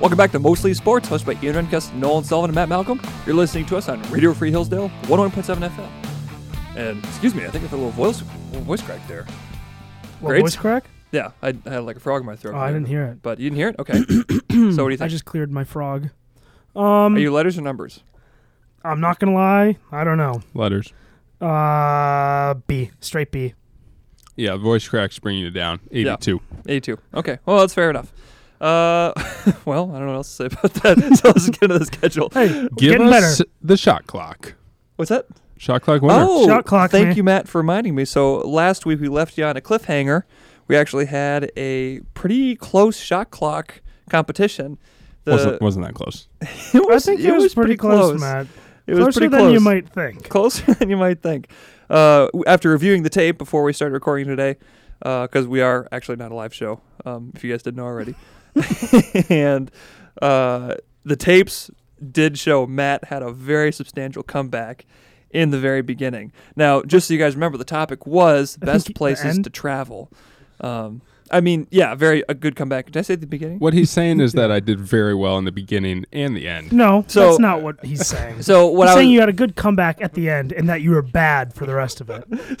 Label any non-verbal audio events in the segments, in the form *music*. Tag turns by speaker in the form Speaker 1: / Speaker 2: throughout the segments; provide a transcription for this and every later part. Speaker 1: Welcome back to Mostly Sports, hosted by Ian Renkest, Nolan Sullivan, and Matt Malcolm. You're listening to us on Radio Free Hillsdale, 101.7 FM. And excuse me, I think I had a little voice, little voice crack there.
Speaker 2: What,
Speaker 1: Grades?
Speaker 2: voice crack?
Speaker 1: Yeah, I, I had like a frog in my throat.
Speaker 2: Oh, I didn't hear
Speaker 1: *coughs*
Speaker 2: it.
Speaker 1: But you didn't hear it?
Speaker 2: *coughs*
Speaker 1: Okay. so what do you think?
Speaker 2: I just cleared my frog. Um,
Speaker 1: Are you letters or numbers?
Speaker 2: I'm not gonna lie. I don't know.
Speaker 3: Letters.
Speaker 2: Uh, B, straight B.
Speaker 3: Yeah, voice cracks bringing it down. 82.
Speaker 1: 82. Okay. Well, that's fair enough. Uh, *laughs* well, I don't know what else to say about that. *laughs* so let's get into the schedule. *gasps*
Speaker 2: Hey,
Speaker 3: Give
Speaker 2: getting
Speaker 3: us
Speaker 2: better.
Speaker 3: the shot clock.
Speaker 1: What's that?
Speaker 3: Shot clock winner.
Speaker 1: Oh,
Speaker 2: Shot clock,
Speaker 1: thank
Speaker 2: man.
Speaker 1: you, Matt, for reminding me. So last week we left you on a cliffhanger. We actually had a pretty close shot clock competition. The- *laughs*
Speaker 3: wasn't, wasn't that close.
Speaker 1: it was,
Speaker 2: I think it was, pretty close, Matt.
Speaker 1: It was
Speaker 2: Closer
Speaker 1: pretty
Speaker 2: than
Speaker 1: close.
Speaker 2: you might
Speaker 1: *laughs*
Speaker 2: think.
Speaker 1: Closer than you might think. Uh, w- after reviewing the tape before we started recording today, because we are actually not a live show, um, if you guys didn't know already. *laughs* and uh, the tapes did show Matt had a very substantial comeback in the very beginning. Now, just so you guys remember, the topic
Speaker 2: *laughs*
Speaker 1: was
Speaker 2: I
Speaker 1: best
Speaker 2: think the
Speaker 1: places
Speaker 2: end-
Speaker 1: to travel. Um, I mean, yeah, very a good comeback. Did I say at the beginning?
Speaker 3: What he's saying is that I did very well in the beginning and the end.
Speaker 2: No,
Speaker 1: So-
Speaker 2: that's not
Speaker 1: *laughs*
Speaker 2: what he's saying.
Speaker 1: So what
Speaker 2: he's
Speaker 1: I was,
Speaker 2: saying you had a good comeback at the end, and that you were bad for the rest of it.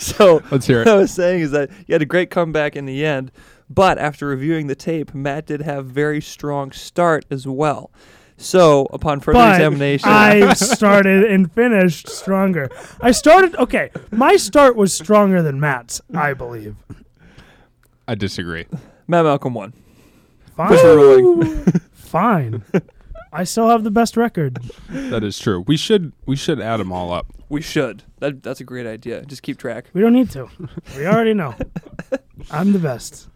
Speaker 1: *laughs* so
Speaker 3: Let's hear
Speaker 1: what *laughs* I
Speaker 3: it.
Speaker 1: was saying is that you had a great comeback in the end, but after reviewing the tape, Matt did have very strong start as well. So upon further
Speaker 2: But
Speaker 1: examination, *laughs*
Speaker 2: I started and finished stronger. I started okay. My start was stronger than Matt's, I believe.
Speaker 3: I disagree.
Speaker 1: Matt Malcolm won. What's your
Speaker 2: Fine,
Speaker 1: ruling?
Speaker 2: fine. I still have the best record.
Speaker 3: That is true. We should we should add them all up.
Speaker 1: we should. That, that's a great idea. Just keep track.
Speaker 2: We don't need to. We already know. I'm the best.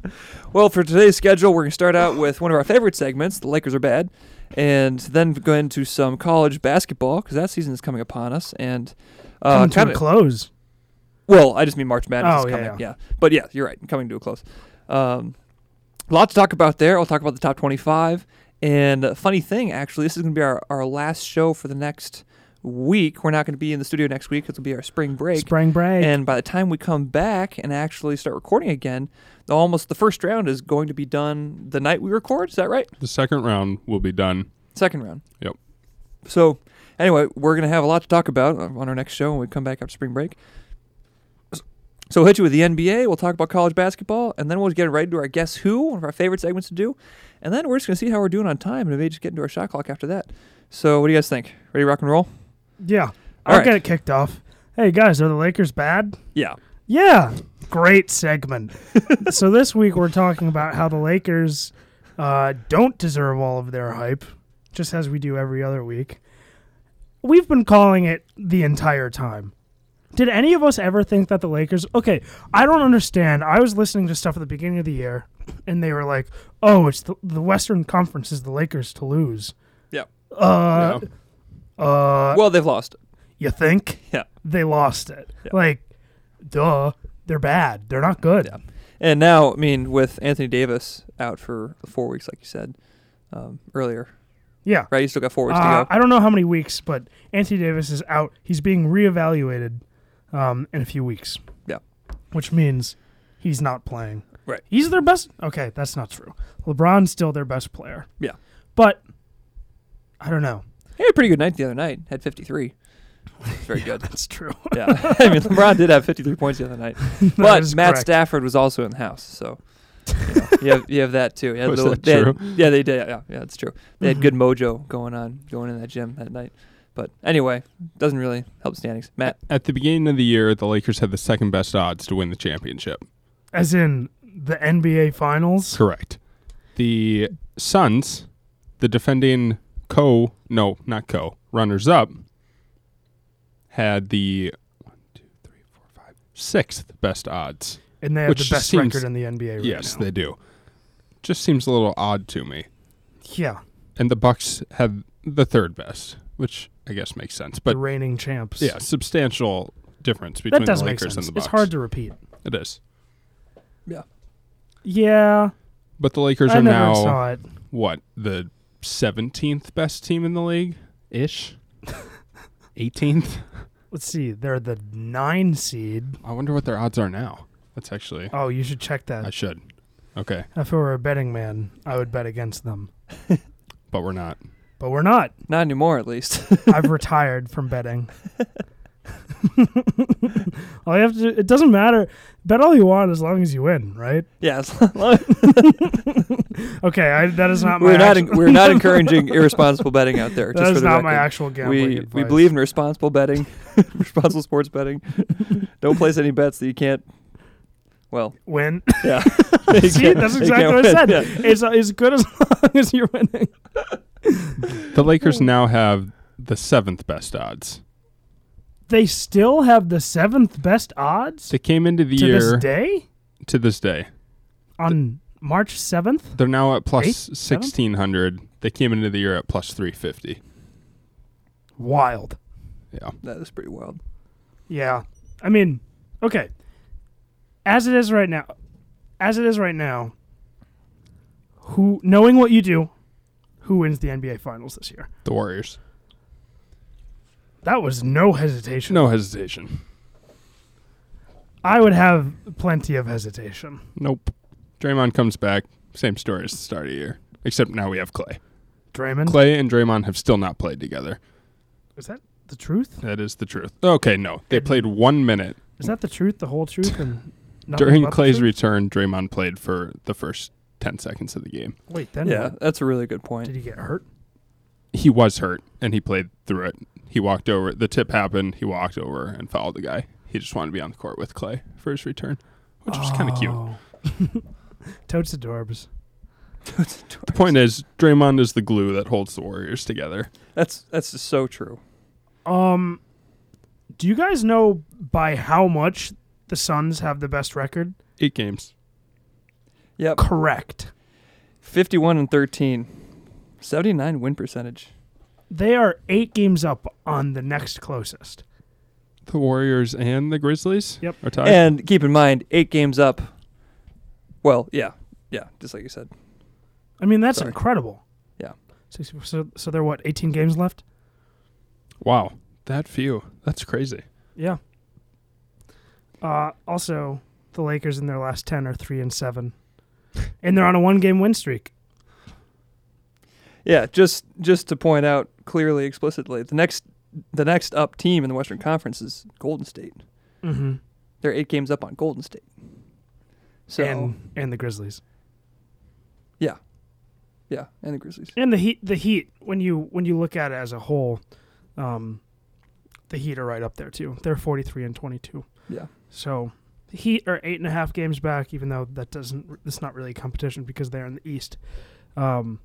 Speaker 1: Well, for today's schedule, we're going to start out with one of our favorite segments, the Lakers are bad, and then go into some college basketball because that season is coming upon us. And uh,
Speaker 2: Coming to a
Speaker 1: kinda-
Speaker 2: close.
Speaker 1: Well, I just mean March Madness
Speaker 2: Oh,
Speaker 1: is
Speaker 2: yeah,
Speaker 1: coming. Yeah, But yeah, you're right. Coming to a close. Um, a lot to talk about there. I'll talk about the top 25. And a funny thing, actually, this is going to be our, our last show for the next week. We're not going to be in the studio next week. It'll be our spring break.
Speaker 2: Spring break.
Speaker 1: And by the time we come back and actually start recording again, the- almost the first round is going to be done the night we record. Is that right?
Speaker 3: The second round will be done.
Speaker 1: Second round.
Speaker 3: Yep.
Speaker 1: So, anyway, we're going to have a lot to talk about uh, on our next show when we come back after spring break. So, we'll hit you with the NBA, we'll talk about college basketball, and then we'll get right into our Guess Who, one of our favorite segments to do. And then we're just going to see how we're doing on time and maybe just get into our shot clock after that. So, what do you guys think? Ready, to rock and roll?
Speaker 2: yeah. I'll
Speaker 1: right.
Speaker 2: get it kicked off. Hey guys, are the Lakers bad?
Speaker 1: Yeah.
Speaker 2: Yeah. Great segment. so this week we're talking about how the Lakers uh, don't deserve all of their hype, just as we do every other week. We've been calling it the entire time. Did any of us ever think that the Lakers? Okay, I don't understand. I was listening to stuff at the beginning of the year, and they were like, "Oh, it's the, the Western Conference is the Lakers to lose."
Speaker 1: Yeah.
Speaker 2: Uh,
Speaker 3: Yeah.
Speaker 2: uh,
Speaker 1: Well, they've lost.
Speaker 2: you think?
Speaker 1: *laughs* Yeah.
Speaker 2: They lost it.
Speaker 1: Yeah.
Speaker 2: Like, duh, they're bad. They're not good.
Speaker 1: Yeah. And now, I mean, with Anthony Davis out for four weeks, like you said um, earlier,
Speaker 2: Yeah.
Speaker 1: right? You still got four weeks
Speaker 2: Uh,
Speaker 1: to go.
Speaker 2: I don't know how many weeks, but Anthony Davis is out. He's being reevaluated um, in a few weeks.
Speaker 1: Yeah.
Speaker 2: Which means he's not playing.
Speaker 1: Right.
Speaker 2: He's their best. Okay, that's not true. LeBron's still their best player.
Speaker 1: Yeah.
Speaker 2: But I
Speaker 1: *laughs*
Speaker 2: don't know.
Speaker 1: He had a pretty good night the other night, had 53. It's very good.
Speaker 2: That's *laughs* true.
Speaker 1: Yeah, *laughs* I mean LeBron did have 53 points the other
Speaker 2: *laughs*
Speaker 1: night, but
Speaker 2: is
Speaker 1: Matt
Speaker 2: correct.
Speaker 1: Stafford was also in the house, so you, know, you have you have that too. You
Speaker 2: *laughs*
Speaker 1: had
Speaker 3: Was
Speaker 1: little-
Speaker 3: that
Speaker 1: they had-
Speaker 3: true?
Speaker 1: yeah, they did. Yeah, yeah, it's true. They had good mojo going on going in that gym that night. But anyway, doesn't really help standings. Matt,
Speaker 3: At the beginning of the year, the Lakers had the second best odds to win the championship.
Speaker 2: As in the NBA Finals.
Speaker 3: Correct. The Suns, the defending co no, not co, runners up had the one, two, three, four, five, sixth best odds.
Speaker 2: And they have
Speaker 3: Which
Speaker 2: the best
Speaker 3: seems-
Speaker 2: record in the NBA right
Speaker 3: yes,
Speaker 2: now.
Speaker 3: they do. Just seems a little odd to me.
Speaker 2: yeah.
Speaker 3: And the Bucks had the third best, which I guess makes sense. But
Speaker 2: the reigning champs.
Speaker 3: yeah, substantial difference between
Speaker 2: That
Speaker 3: the
Speaker 2: does make
Speaker 3: Lakers
Speaker 2: sense.
Speaker 3: and the Bucks.
Speaker 2: It's hard to repeat.
Speaker 3: It is.
Speaker 2: Yeah.
Speaker 3: But the Lakers
Speaker 2: I
Speaker 3: are
Speaker 2: never
Speaker 3: now
Speaker 2: saw it.
Speaker 3: what the seventeenth best team in the league *laughs* ish, eighteenth.
Speaker 2: Let's see. They're the nine seed.
Speaker 3: I wonder what their odds are now. That's actually
Speaker 2: Oh, you should check
Speaker 3: I
Speaker 2: that.
Speaker 3: should. Okay,
Speaker 2: If I were a betting man, I would bet against them.
Speaker 3: but we're not.
Speaker 2: but we're not.
Speaker 1: Not anymore, at least. *laughs*
Speaker 3: *laughs*
Speaker 2: I've retired from betting. all you have to do, it doesn't matter. Bet all you want as long as you win,
Speaker 3: *laughs*
Speaker 2: right?
Speaker 1: yeah, as long-
Speaker 2: Okay, I, that is not my.
Speaker 1: we're not
Speaker 2: actual-
Speaker 1: en- we're not
Speaker 2: *laughs*
Speaker 1: encouraging irresponsible betting out there.
Speaker 2: that
Speaker 1: just for
Speaker 2: is
Speaker 1: the
Speaker 2: not
Speaker 1: record.
Speaker 2: my actual gambling
Speaker 1: we we
Speaker 2: advice.
Speaker 1: believe in responsible betting, *laughs* responsible sports
Speaker 2: *laughs*
Speaker 1: betting. Don't place any bets that you can't. Well, *laughs*
Speaker 2: win.
Speaker 1: yeah.
Speaker 2: *laughs*
Speaker 1: *laughs*
Speaker 2: See, that's exactly what I said.
Speaker 1: Yeah.
Speaker 2: It's as good as *laughs* long as you're winning.
Speaker 3: The Lakers now have the seventh best odds.
Speaker 2: They still have the seventh best odds
Speaker 3: They came into the
Speaker 2: to
Speaker 3: year
Speaker 2: this day
Speaker 3: to this day.
Speaker 2: on March seventh.
Speaker 3: They're now at plus
Speaker 2: Eight? Seven?
Speaker 3: 1600. They came into the year at plus 350.
Speaker 2: Wild.
Speaker 3: Yeah.
Speaker 1: That is pretty wild.
Speaker 2: Yeah. I mean, okay. As it is right now, as it is right now, who knowing what you do, who wins the NBA Finals this year?
Speaker 3: The Warriors.
Speaker 2: That was no hesitation.
Speaker 3: No hesitation.
Speaker 2: I would have plenty of hesitation.
Speaker 3: Nope. Draymond comes back. Same story as the start of the year. Except now we have Clay.
Speaker 2: Draymond,
Speaker 3: Clay and Draymond have still not played together.
Speaker 2: is that the truth?
Speaker 3: That is the truth. Okay, no. They played one minute.
Speaker 2: Is that the truth? The whole truth?
Speaker 3: *laughs*
Speaker 2: And nothing
Speaker 3: During
Speaker 2: but the
Speaker 3: Clay's
Speaker 2: truth?
Speaker 3: return, Draymond played for the first 10 seconds of the game.
Speaker 2: wait, then
Speaker 1: Yeah,
Speaker 2: what?
Speaker 1: that's a really good point.
Speaker 2: did he get hurt?
Speaker 3: He was hurt and he played through it. He walked over. The tip happened. He walked over and fouled the guy. He just wanted to be on the court with Clay for his return, which was kind of cute.
Speaker 2: Oh. cute. Totes adorbs.
Speaker 1: *laughs*
Speaker 3: The point is, Draymond is the glue that holds the Warriors together.
Speaker 1: That's that's just so true.
Speaker 2: Um, do you guys know by how much the Suns have the best record?
Speaker 3: Eight games.
Speaker 1: Yep.
Speaker 2: Correct.
Speaker 1: 51 and 13. 79 win percentage.
Speaker 2: They are eight games up on the next closest.
Speaker 3: The Warriors and the Grizzlies
Speaker 2: Yep.
Speaker 3: are tied.
Speaker 1: and keep in mind, 8 games up. Well, yeah. Yeah, just like you said.
Speaker 2: I mean, that's
Speaker 1: Sorry.
Speaker 2: incredible.
Speaker 1: Yeah.
Speaker 2: 64 So, so they're what, 18 games left?
Speaker 3: wow, that few. That's crazy.
Speaker 2: Yeah. Uh, also, the Lakers in their last 10 are 3 and 7. And they're on a one game win streak.
Speaker 1: Yeah, just just to point out clearly explicitly, the next the next up team in the Western Conference is Golden State.
Speaker 2: Mm-hmm.
Speaker 1: They're 8 games up on Golden State. So,
Speaker 2: And, and the Grizzlies.
Speaker 1: yeah, and the Grizzlies.
Speaker 2: And the Heat, the Heat, when you when you look at it as a whole, um, the Heat are right up there too. They're 43 and 22.
Speaker 1: Yeah.
Speaker 2: So the Heat are eight and a half games back, even though that doesn't it's not really a competition because they're in the East. Um,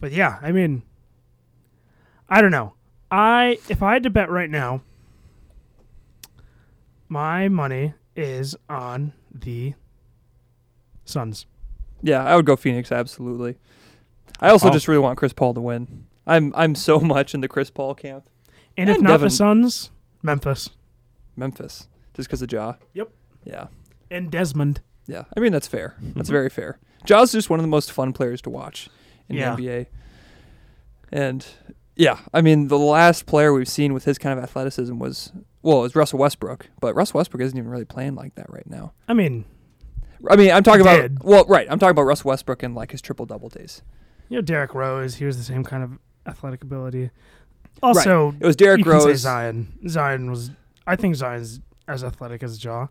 Speaker 2: but yeah, I mean, I don't know. I if I had to bet right now, my money is on the Suns.
Speaker 1: Yeah, I would go Phoenix absolutely. I also
Speaker 3: Oh.
Speaker 1: just really want Chris Paul to win. I'm I'm so *laughs* much in the Chris Paul camp.
Speaker 2: And if
Speaker 1: And
Speaker 2: not
Speaker 1: Devin.
Speaker 2: the Suns, Memphis
Speaker 1: Memphis just because of Ja.
Speaker 2: Yep.
Speaker 1: Yeah.
Speaker 2: and Desmond.
Speaker 1: Yeah. I mean that's
Speaker 2: *laughs*
Speaker 1: fair. That's very fair. Ja's just one of the most fun players to watch in
Speaker 2: Yeah.
Speaker 1: the NBA. And yeah, I mean the last player we've seen with his kind of athleticism was well, it was Russell Westbrook, but Russell Westbrook isn't even really playing like that right now.
Speaker 2: I mean,
Speaker 1: I mean, I'm talking about
Speaker 2: Dead.
Speaker 1: well, right. I'm talking about Russell Westbrook in like his triple double days.
Speaker 2: you know, Derek Rose, he was the same kind of athletic ability. Also,
Speaker 1: It was Derrick
Speaker 2: you
Speaker 1: Rose.
Speaker 2: Can say Zion. Zion was. I think Zion's as athletic as Jaw.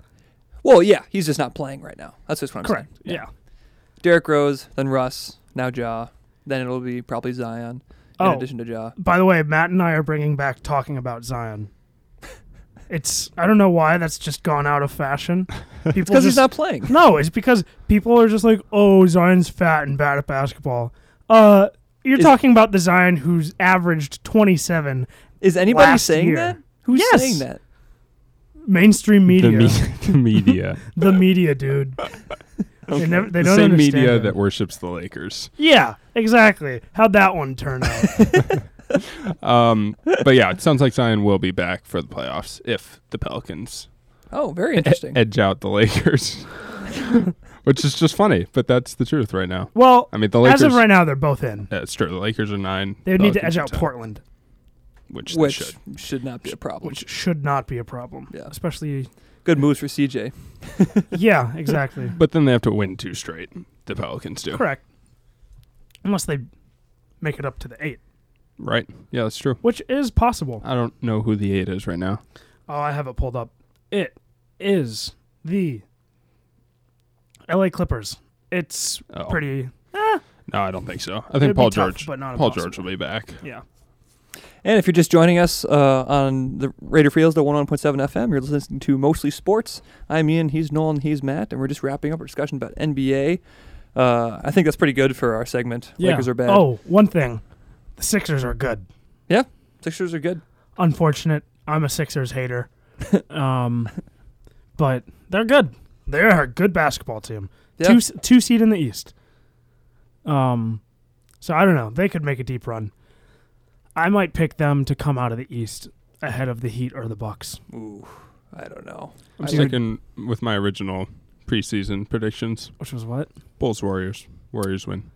Speaker 1: Well, yeah, he's just not playing right now. That's just what I'm saying.
Speaker 2: Yeah.
Speaker 1: Derrick Rose, then Russ, now Ja, then it'll be probably Zion in
Speaker 2: Oh.
Speaker 1: addition to Ja.
Speaker 2: By the way, Matt and I are bringing back talking about Zion. It's. I don't know why that's just gone out of
Speaker 1: *laughs*
Speaker 2: fashion. People
Speaker 1: Because he's
Speaker 2: just,
Speaker 1: not playing.
Speaker 2: No, it's because people are just like, oh, Zion's fat and bad at basketball. Uh, you're
Speaker 1: Is-
Speaker 2: talking about the Zion who's averaged 27.
Speaker 1: Is anybody
Speaker 2: Last
Speaker 1: saying
Speaker 2: year.
Speaker 1: that? Who's
Speaker 2: Yes.
Speaker 1: saying that?
Speaker 2: Mainstream media,
Speaker 3: The,
Speaker 2: the,
Speaker 3: me- *laughs* the media.
Speaker 2: media, dude. They, never, *laughs* they
Speaker 3: the
Speaker 2: don't
Speaker 3: same
Speaker 2: understand
Speaker 3: media
Speaker 2: it.
Speaker 3: that worships the Lakers.
Speaker 2: Yeah, exactly. How'd that one turn out?
Speaker 3: *laughs* Um, but yeah, it sounds like Zion will be back for the playoffs if the Pelicans
Speaker 1: Oh, very interesting.
Speaker 3: edge out
Speaker 2: *laughs*
Speaker 3: the *laughs* Lakers, which is just funny. But that's the truth right now.
Speaker 2: well,
Speaker 3: I mean, the
Speaker 2: as
Speaker 3: Lakers.
Speaker 2: of right now, they're both in.
Speaker 3: yeah, it's true. The Lakers are nine.
Speaker 2: They would need to
Speaker 3: Pelicans
Speaker 2: edge
Speaker 3: are
Speaker 2: out
Speaker 3: 10,
Speaker 2: Portland,
Speaker 3: which, they
Speaker 1: Which
Speaker 3: should.
Speaker 1: should. not be a problem.
Speaker 2: which should not be a problem.
Speaker 1: Yeah.
Speaker 2: Especially,
Speaker 1: Good moves for CJ.
Speaker 2: yeah,
Speaker 3: *laughs*
Speaker 2: exactly.
Speaker 3: But then they have to win two straight. The Pelicans do.
Speaker 2: Correct. Unless they make it up to the eight,
Speaker 3: Right. Yeah, that's true.
Speaker 2: which is possible.
Speaker 3: I don't know who the eight is right now.
Speaker 2: Oh, I have it pulled up. It is the LA Clippers. It's
Speaker 3: Oh.
Speaker 2: pretty.
Speaker 3: No, I don't think so. I
Speaker 2: It'd be
Speaker 3: think Paul
Speaker 2: tough,
Speaker 3: George.
Speaker 2: but not
Speaker 3: Paul
Speaker 2: impossible.
Speaker 3: George will be back.
Speaker 2: Yeah.
Speaker 1: And if you're just joining us uh, on the Raider Fields, the 101.7 FM, you're listening to Mostly Sports. I'm Ian, he's Nolan, he's Matt, and we're just wrapping up our discussion about NBA. Uh, I think that's pretty good for our segment.
Speaker 2: yeah.
Speaker 1: Lakers are bad.
Speaker 2: Oh, one thing. The Sixers are good.
Speaker 1: Sixers are good.
Speaker 2: Unfortunate. I'm a
Speaker 1: *laughs*
Speaker 2: Sixers hater. um, but they're good. They're a good basketball team.
Speaker 1: Yeah.
Speaker 2: Two two seed in the East. Um, so I don't know. They could make a deep run. I might pick them to come out of the East ahead of the Heat or the Bucks.
Speaker 1: Ooh, I don't know. I
Speaker 3: I'm
Speaker 1: would-
Speaker 3: sticking with my original preseason predictions.
Speaker 2: Which was what?
Speaker 3: Bulls Warriors. Warriors win.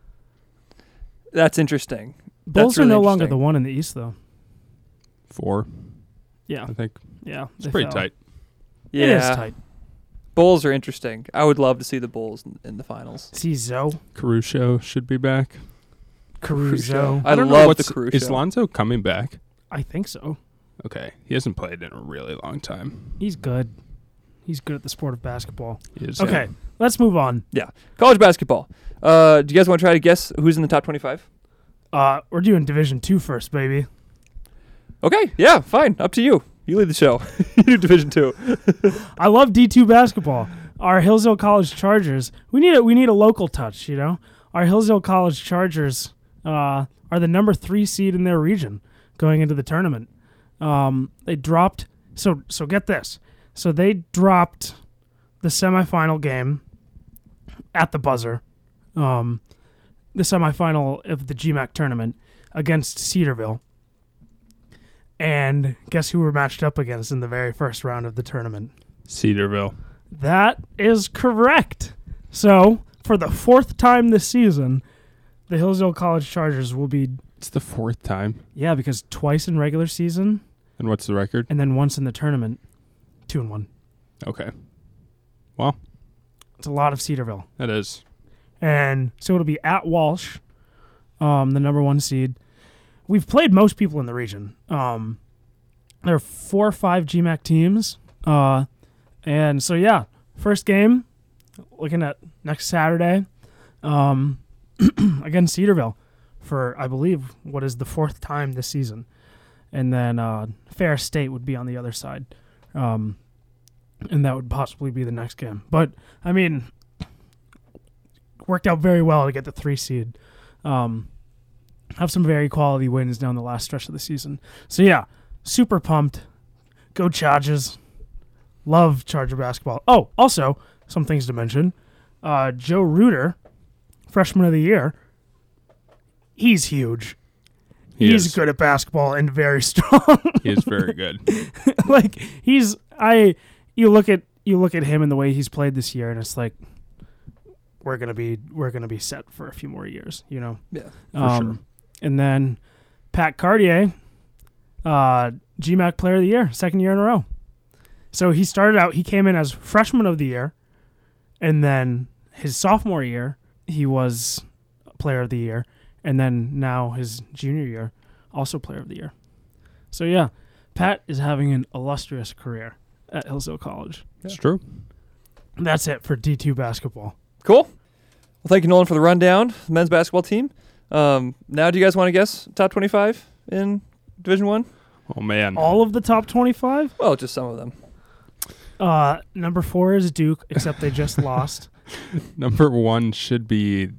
Speaker 1: That's interesting.
Speaker 2: Bulls
Speaker 1: really
Speaker 2: are no longer the
Speaker 1: interesting.
Speaker 2: one in the East, though.
Speaker 3: Four,
Speaker 2: Yeah,
Speaker 3: I think.
Speaker 2: yeah,
Speaker 3: It's pretty tight.
Speaker 1: Yeah,
Speaker 2: It is tight.
Speaker 1: Bulls are interesting. I would love to see the Bulls in, in the finals.
Speaker 2: See Zoe
Speaker 3: Caruso should be back.
Speaker 2: Caruso.
Speaker 1: I,
Speaker 3: don't know
Speaker 1: love the
Speaker 3: what's-
Speaker 1: Caruso.
Speaker 3: Is Lonzo coming back?
Speaker 2: I think so.
Speaker 3: Okay. He hasn't played in a really long time.
Speaker 2: He's good. He's good at the sport of basketball.
Speaker 3: He is, uh,
Speaker 2: Okay, let's move on.
Speaker 1: College basketball. Uh, do you guys want to try to guess who's in the top 25?
Speaker 2: Uh, we're doing Division Two first, baby.
Speaker 1: Okay, yeah, fine. Up to you. You lead the show. *laughs* you do Division Two.
Speaker 2: I love D two basketball. Our Hillsdale College Chargers. We need a we need a local touch, you know. Our Hillsdale College Chargers uh, are the number three seed in their region going into the tournament. Um, they dropped. So so get this. So they dropped the semifinal game at the buzzer. Um, the semifinal of the GMAC tournament against Cedarville. And guess who we're matched up against in the very first round of the tournament?
Speaker 3: Cedarville.
Speaker 2: That is correct. So, for the fourth time this season, the Hillsdale College Chargers will be
Speaker 3: It's the fourth time.
Speaker 2: yeah, because twice in regular season
Speaker 3: And what's the record?
Speaker 2: and then once in the tournament, two and one.
Speaker 3: Okay.
Speaker 2: It's a lot of Cedarville,
Speaker 3: That is.
Speaker 2: and so it'll be at Walsh, um, the number one seed. We've played most people in the region. Um, there are four or five GMAC teams, uh, and so yeah, first game, looking at next Saturday, um, *clears throat* against Cedarville for I believe what is the fourth time this season, and then uh, Fair State would be on the other side, um, and that would possibly be the next game. But I mean, worked out very well to get the three seed. Um, have some very quality wins down the last stretch of the season. So yeah, super pumped. Go Chargers! Love Charger basketball. Oh, also some things to mention. Uh, Joe Reuter, freshman of the year. He's huge.
Speaker 3: He
Speaker 2: he's
Speaker 3: is.
Speaker 2: good at basketball and very *laughs* strong.
Speaker 3: he is very good.
Speaker 2: *laughs* like he's I you look at you look at him and the way he's played this year and it's like we're gonna be we're gonna be set for a few more years, you know. Um,
Speaker 1: Yeah,
Speaker 3: for sure.
Speaker 2: And then Pat Cartier, uh, GMAC Player of the Year, second year in a row. So he started out. He came in as freshman of the year, and then his sophomore year he was Player of the Year, and then now his junior year also Player of the Year. So yeah, Pat is having an illustrious career at Hillsdale College.
Speaker 3: It's true.
Speaker 2: And that's it for D two basketball.
Speaker 1: Cool. Well, thank you, Nolan, for the rundown. The men's basketball team. Um, now, do you guys want to guess top 25 in Division One?
Speaker 3: Oh, man.
Speaker 2: All of the top twenty five.
Speaker 1: Well, just some of them.
Speaker 2: Uh, number four is Duke, except they just lost.
Speaker 3: Number one should be.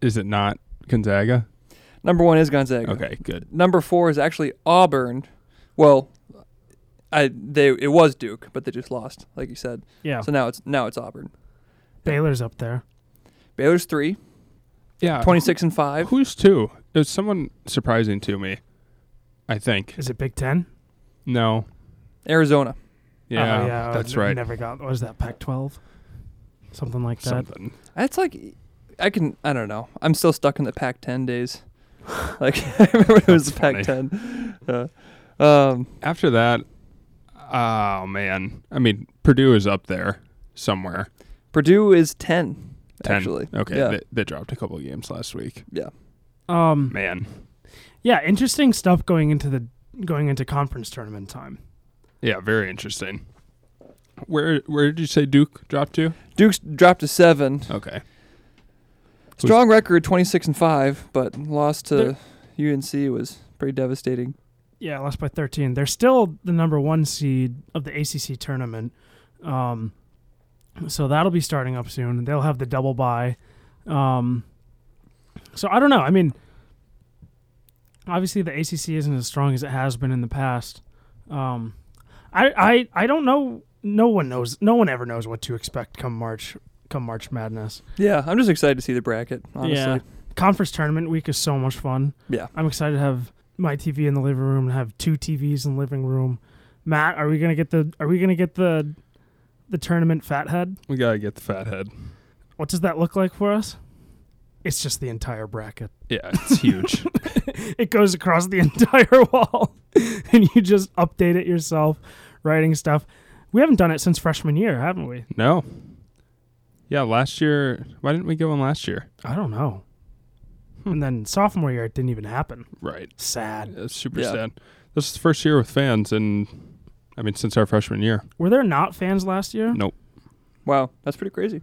Speaker 3: Is it not Gonzaga?
Speaker 1: Number one is Gonzaga.
Speaker 3: Okay, good.
Speaker 1: Number four is actually Auburn. Well, I they it was Duke, but they just lost, like you said.
Speaker 3: Oh.
Speaker 2: Yeah,
Speaker 1: So now it's now it's Auburn.
Speaker 2: Baylor's up there.
Speaker 1: Baylor's three,
Speaker 3: Yeah.
Speaker 1: 26 and five.
Speaker 3: Who's two? There's someone surprising to me. I think.
Speaker 2: Is it Big Ten?
Speaker 3: No.
Speaker 1: Arizona.
Speaker 3: Yeah,
Speaker 2: Oh, yeah.
Speaker 3: that's
Speaker 2: I
Speaker 3: right.
Speaker 2: Never got. What is that? Pac-12, something like that.
Speaker 3: Something.
Speaker 1: That's like, I can, I don't know. I'm still stuck in the Pac 10
Speaker 3: *laughs*
Speaker 1: days. Like, *laughs* I remember when it was the Pac
Speaker 3: That's
Speaker 1: 10. Uh, um,
Speaker 3: After that, oh man. I mean, Purdue is up there somewhere.
Speaker 1: Purdue is 10,
Speaker 3: Ten.
Speaker 1: actually.
Speaker 3: Okay,
Speaker 1: Yeah.
Speaker 3: they, they dropped a couple of games last week.
Speaker 1: yeah.
Speaker 2: Um,
Speaker 3: Man.
Speaker 2: yeah, interesting stuff going into the going into conference tournament time.
Speaker 3: Yeah, very interesting. Where where did you say Duke dropped to?
Speaker 1: Duke's dropped to seven.
Speaker 3: Okay.
Speaker 1: Strong record, 26 and five, but loss to
Speaker 2: They're-
Speaker 1: UNC was pretty devastating.
Speaker 2: Yeah, lost by 13. They're still the number one seed of the ACC tournament. Um, so that'll be starting up soon. They'll have the double bye. Um, so I don't know. I mean, obviously the ACC isn't as strong as it has been in the past. Um, I, I I don't know. No one knows. No one ever knows what to expect come March. Come March Madness.
Speaker 1: Yeah, I'm just excited to see the bracket, honestly.
Speaker 2: Conference tournament week is so much fun.
Speaker 1: Yeah.
Speaker 2: I'm excited to have my TV in the living room and have two TVs in the living room. Matt, are we gonna get the are we gonna get the the tournament fathead?
Speaker 3: We gotta get the fat head.
Speaker 2: What does that look like for us? It's just the entire bracket.
Speaker 3: Yeah,
Speaker 1: *laughs*
Speaker 3: it's huge.
Speaker 2: It goes across the *laughs* entire wall *laughs* and you just update it yourself, writing stuff. We haven't done it since freshman year, haven't we?
Speaker 3: no. Yeah, last year why didn't we get one last year?
Speaker 2: I don't know.
Speaker 3: Hmm.
Speaker 2: And then sophomore year it didn't even happen.
Speaker 3: Right.
Speaker 2: Sad.
Speaker 3: It's super
Speaker 1: Yeah.
Speaker 3: sad. This is the first year with fans and I mean since our freshman year.
Speaker 2: Were there not fans last year?
Speaker 3: Nope.
Speaker 1: Wow, that's pretty crazy.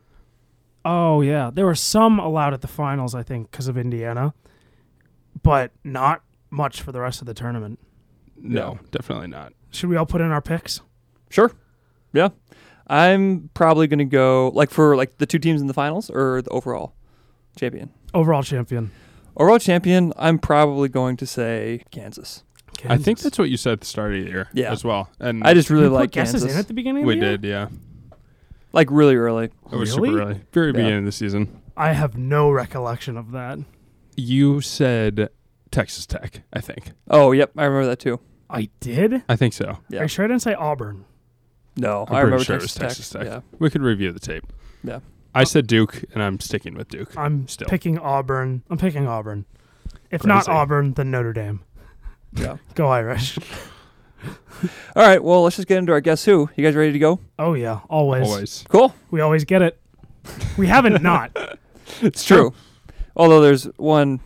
Speaker 2: Oh yeah, there were some allowed at the finals, I think, because of Indiana, but not much for the rest of the tournament.
Speaker 3: No, definitely not.
Speaker 2: Should we all put in our picks?
Speaker 1: Sure. Yeah. I'm probably going to go, like, for like the two teams in the finals or the overall champion.
Speaker 2: Overall champion.
Speaker 1: Overall champion, I'm probably going to say Kansas.
Speaker 3: I think
Speaker 2: Kansas.
Speaker 3: that's what you said at the start of the year
Speaker 1: Yeah.
Speaker 3: as well. And
Speaker 1: I just really
Speaker 2: we put
Speaker 1: like
Speaker 2: guesses
Speaker 1: Kansas.
Speaker 2: in at the beginning. Of
Speaker 3: we
Speaker 2: the year?
Speaker 3: did, yeah.
Speaker 1: Like, really early.
Speaker 3: It was
Speaker 2: Really?
Speaker 3: super early. Very
Speaker 1: Yeah.
Speaker 3: beginning of the season.
Speaker 2: I have no recollection of that.
Speaker 3: You said Texas Tech, I think.
Speaker 1: Oh, yep. I remember that too.
Speaker 2: I did.
Speaker 3: I think so.
Speaker 1: Yeah.
Speaker 2: Are you sure I didn't say Auburn?
Speaker 1: No,
Speaker 3: I'm
Speaker 1: I
Speaker 3: pretty
Speaker 1: remember
Speaker 3: sure
Speaker 1: Texas
Speaker 3: it was Texas Tech.
Speaker 1: Yeah.
Speaker 3: We could review the tape.
Speaker 1: Yeah.
Speaker 3: I said Duke, and I'm sticking with Duke.
Speaker 2: I'm
Speaker 3: Still.
Speaker 2: picking Auburn. I'm picking Auburn. If not
Speaker 3: Crazy.
Speaker 2: Auburn, then Notre
Speaker 3: *laughs*
Speaker 2: Dame.
Speaker 1: Yeah.
Speaker 2: Go Irish.
Speaker 1: All right. Well, let's just get into our guess who. You guys ready to go?
Speaker 2: Oh yeah, always.
Speaker 3: Always. *laughs*
Speaker 1: Cool.
Speaker 2: We always get it. We haven't not.
Speaker 1: It's true. Although there's one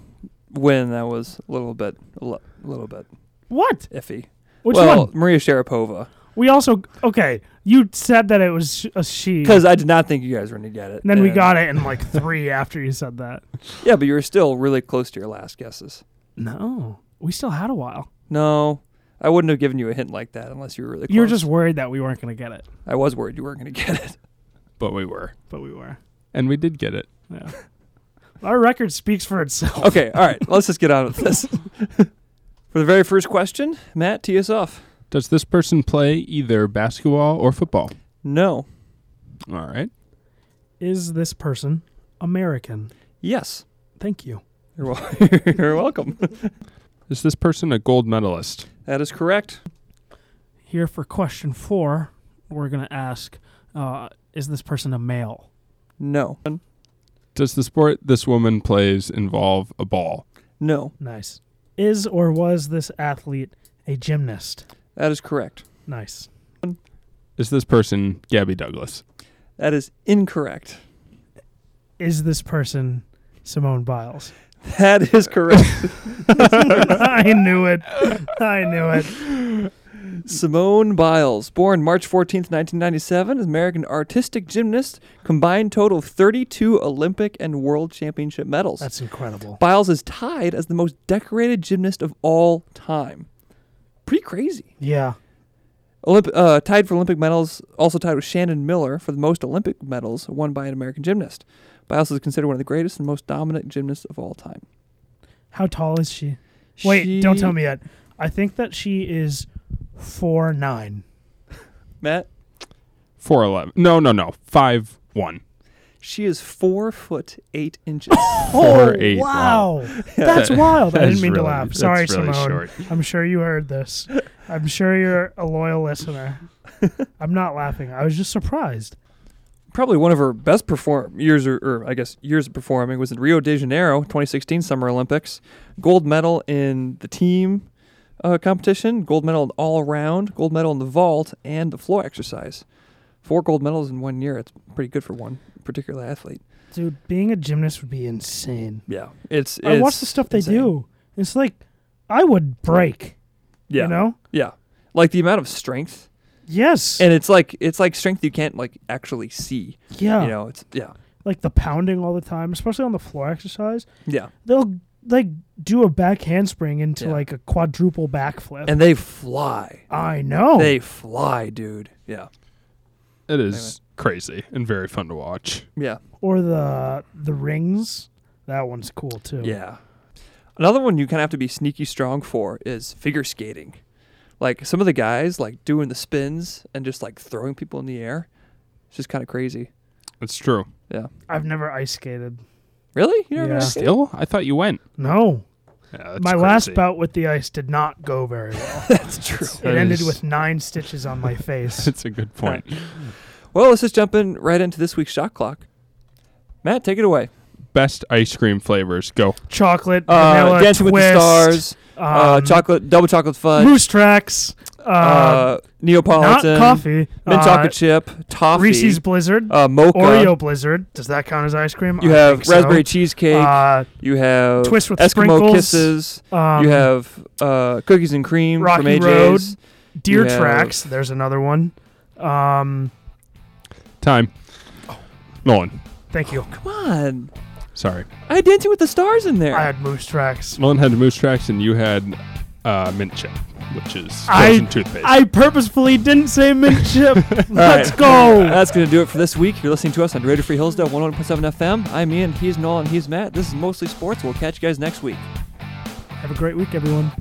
Speaker 1: win that was a little bit, a li- little bit
Speaker 2: What?
Speaker 1: iffy.
Speaker 2: Which
Speaker 1: well,
Speaker 2: one?
Speaker 1: Maria Sharapova,
Speaker 2: We also okay. You said that it was sh- a she.
Speaker 1: because I did not think you guys were going to get it.
Speaker 2: And then we
Speaker 1: and-
Speaker 2: got it in like three after you said that.
Speaker 1: Yeah, but you were still really close to your last guesses.
Speaker 2: No, we still had a while.
Speaker 1: No, I wouldn't have given you a hint like that unless you were really. Close.
Speaker 2: You were just worried that we weren't going to get it,
Speaker 1: I was worried you weren't going to get it. *laughs*
Speaker 3: But we were.
Speaker 2: but we were.
Speaker 3: And we did get it.
Speaker 2: Yeah. Our record speaks for itself.
Speaker 1: Okay. All right. let's just get on with this. *laughs* For the very first question, Matt, tee us off.
Speaker 3: Does this person play either basketball or football?
Speaker 1: No.
Speaker 3: All right.
Speaker 2: Is this person American?
Speaker 1: Yes. *laughs*
Speaker 2: Thank you.
Speaker 1: You're, wel- you're welcome.
Speaker 3: Is this person a gold medalist?
Speaker 1: That is correct.
Speaker 2: Here for question four, we're going to ask: uh, Is this person a male?
Speaker 1: No.
Speaker 3: Does the sport this woman plays involve a ball?
Speaker 1: No.
Speaker 2: Nice. Is or was this athlete a gymnast?
Speaker 1: That is correct.
Speaker 2: Nice.
Speaker 3: Is this person Gabby Douglas?
Speaker 1: That is incorrect.
Speaker 2: Is this person Simone Biles?
Speaker 1: That is correct.
Speaker 2: *laughs* I knew it. I knew it.
Speaker 1: Simone Biles, born March 14th, 1997, is American artistic gymnast, combined total of 32 Olympic and World Championship medals.
Speaker 2: That's incredible.
Speaker 1: Biles is tied as the most decorated gymnast of all time. Pretty crazy.
Speaker 2: Yeah.
Speaker 1: Olymp- uh, tied for Olympic medals, also tied with Shannon Miller for the most Olympic medals won by an American gymnast. Biles is considered one of the greatest and most dominant gymnasts of all time.
Speaker 2: How tall is she? Wait, don't
Speaker 1: She-
Speaker 2: tell me yet. I think that she is four nine.
Speaker 1: Matt,
Speaker 3: 4'11. No, no, no. 5'1.
Speaker 1: she is four foot eight inches.
Speaker 3: Four eight,
Speaker 2: Oh, wow.
Speaker 3: wow. *laughs*
Speaker 2: That's wild. I
Speaker 3: That
Speaker 2: didn't
Speaker 3: is
Speaker 2: mean to
Speaker 3: really-
Speaker 2: laugh.
Speaker 3: that's
Speaker 2: Sorry, Simone.
Speaker 3: really short.
Speaker 2: I'm sure you heard this. I'm sure you're a loyal
Speaker 3: *laughs*
Speaker 2: listener. I'm not laughing. I was just surprised.
Speaker 1: probably one of her best perform years or, or I guess years of performing was in Rio de Janeiro 2016 Summer Olympics, gold medal in the team uh, competition, gold medal in all around, gold medal in the vault and the floor exercise. Four gold medals in one year. It's pretty good for one particular athlete.
Speaker 2: Dude, being a gymnast would be insane.
Speaker 1: Yeah, it's.
Speaker 2: I watch
Speaker 1: it's
Speaker 2: the stuff they
Speaker 1: insane.
Speaker 2: do. It's like I would break.
Speaker 1: Yeah,
Speaker 2: You know?
Speaker 1: yeah, like the amount of strength,
Speaker 2: Yes.
Speaker 1: and it's like it's like strength you can't like actually see.
Speaker 2: yeah.
Speaker 1: You know, it's yeah,
Speaker 2: Like the pounding all the time, especially on the floor exercise.
Speaker 1: yeah,
Speaker 2: They'll like do a back handspring into
Speaker 1: Yeah.
Speaker 2: like a quadruple backflip.
Speaker 1: and they fly.
Speaker 2: I know.
Speaker 1: They fly, dude. Yeah,
Speaker 3: It is crazy and very fun to watch.
Speaker 1: yeah,
Speaker 2: or the the rings. That one's cool too.
Speaker 1: yeah. Another one you kind of have to be sneaky strong for is figure skating. Like some of the guys like doing the spins and just like throwing people in the air. It's just kind of crazy.
Speaker 3: It's true.
Speaker 1: Yeah.
Speaker 2: I've never ice skated.
Speaker 1: Really? You never
Speaker 2: Yeah.
Speaker 1: yeah.
Speaker 3: Still, I thought you went.
Speaker 2: No.
Speaker 3: Yeah, that's
Speaker 2: my last
Speaker 3: crazy.
Speaker 2: bout with the ice did not go
Speaker 1: *laughs*
Speaker 2: very well.
Speaker 1: That's true.
Speaker 2: it
Speaker 3: That
Speaker 2: ended
Speaker 3: is-
Speaker 2: with nine stitches on my face.
Speaker 1: *laughs*
Speaker 3: *laughs* That's a good point.
Speaker 1: Well, let's just jump in right into this week's shot clock. Matt, take it away.
Speaker 3: Best ice cream flavors. Go.
Speaker 2: Chocolate,
Speaker 1: Uh,
Speaker 2: vanilla,
Speaker 1: Dancing with the
Speaker 2: Twist,
Speaker 1: Stars, uh,
Speaker 2: um,
Speaker 1: chocolate, double chocolate fudge,
Speaker 2: moose tracks, uh,
Speaker 1: uh,
Speaker 2: not
Speaker 1: Neapolitan,
Speaker 2: coffee,
Speaker 1: mint
Speaker 2: uh,
Speaker 1: chocolate chip, toffee,
Speaker 2: Reese's Blizzard,
Speaker 1: uh, mocha.
Speaker 2: Oreo Blizzard. Does that count as ice cream?
Speaker 1: You
Speaker 2: I
Speaker 1: have
Speaker 2: think so.
Speaker 1: raspberry cheesecake.
Speaker 2: Uh,
Speaker 1: you have
Speaker 2: Twist with
Speaker 1: Eskimo
Speaker 2: sprinkles.
Speaker 1: kisses.
Speaker 2: um,
Speaker 1: you have uh, cookies and cream
Speaker 2: Rocky
Speaker 1: from AJ's.
Speaker 2: deer
Speaker 1: you have-
Speaker 2: tracks. There's another one. Um,
Speaker 3: Time. Nolan.
Speaker 2: thank you.
Speaker 1: Come on,
Speaker 3: Sorry.
Speaker 1: I had Dancing with the Stars in there. *laughs*
Speaker 2: I had moose tracks.
Speaker 3: Nolan had moose tracks and you had uh, mint chip, which is
Speaker 2: I-
Speaker 3: frozen toothpaste.
Speaker 2: I *laughs* purposefully didn't say mint chip. Let's
Speaker 1: right.
Speaker 2: *laughs* go.
Speaker 1: That's going to do it for this week. You're listening to us on Radio Free Hillsdale 101.7 FM. I'm Ian. He's Nolan. He's Matt. This is Mostly Sports. We'll catch you guys next week.
Speaker 2: *laughs* Have a great week, everyone.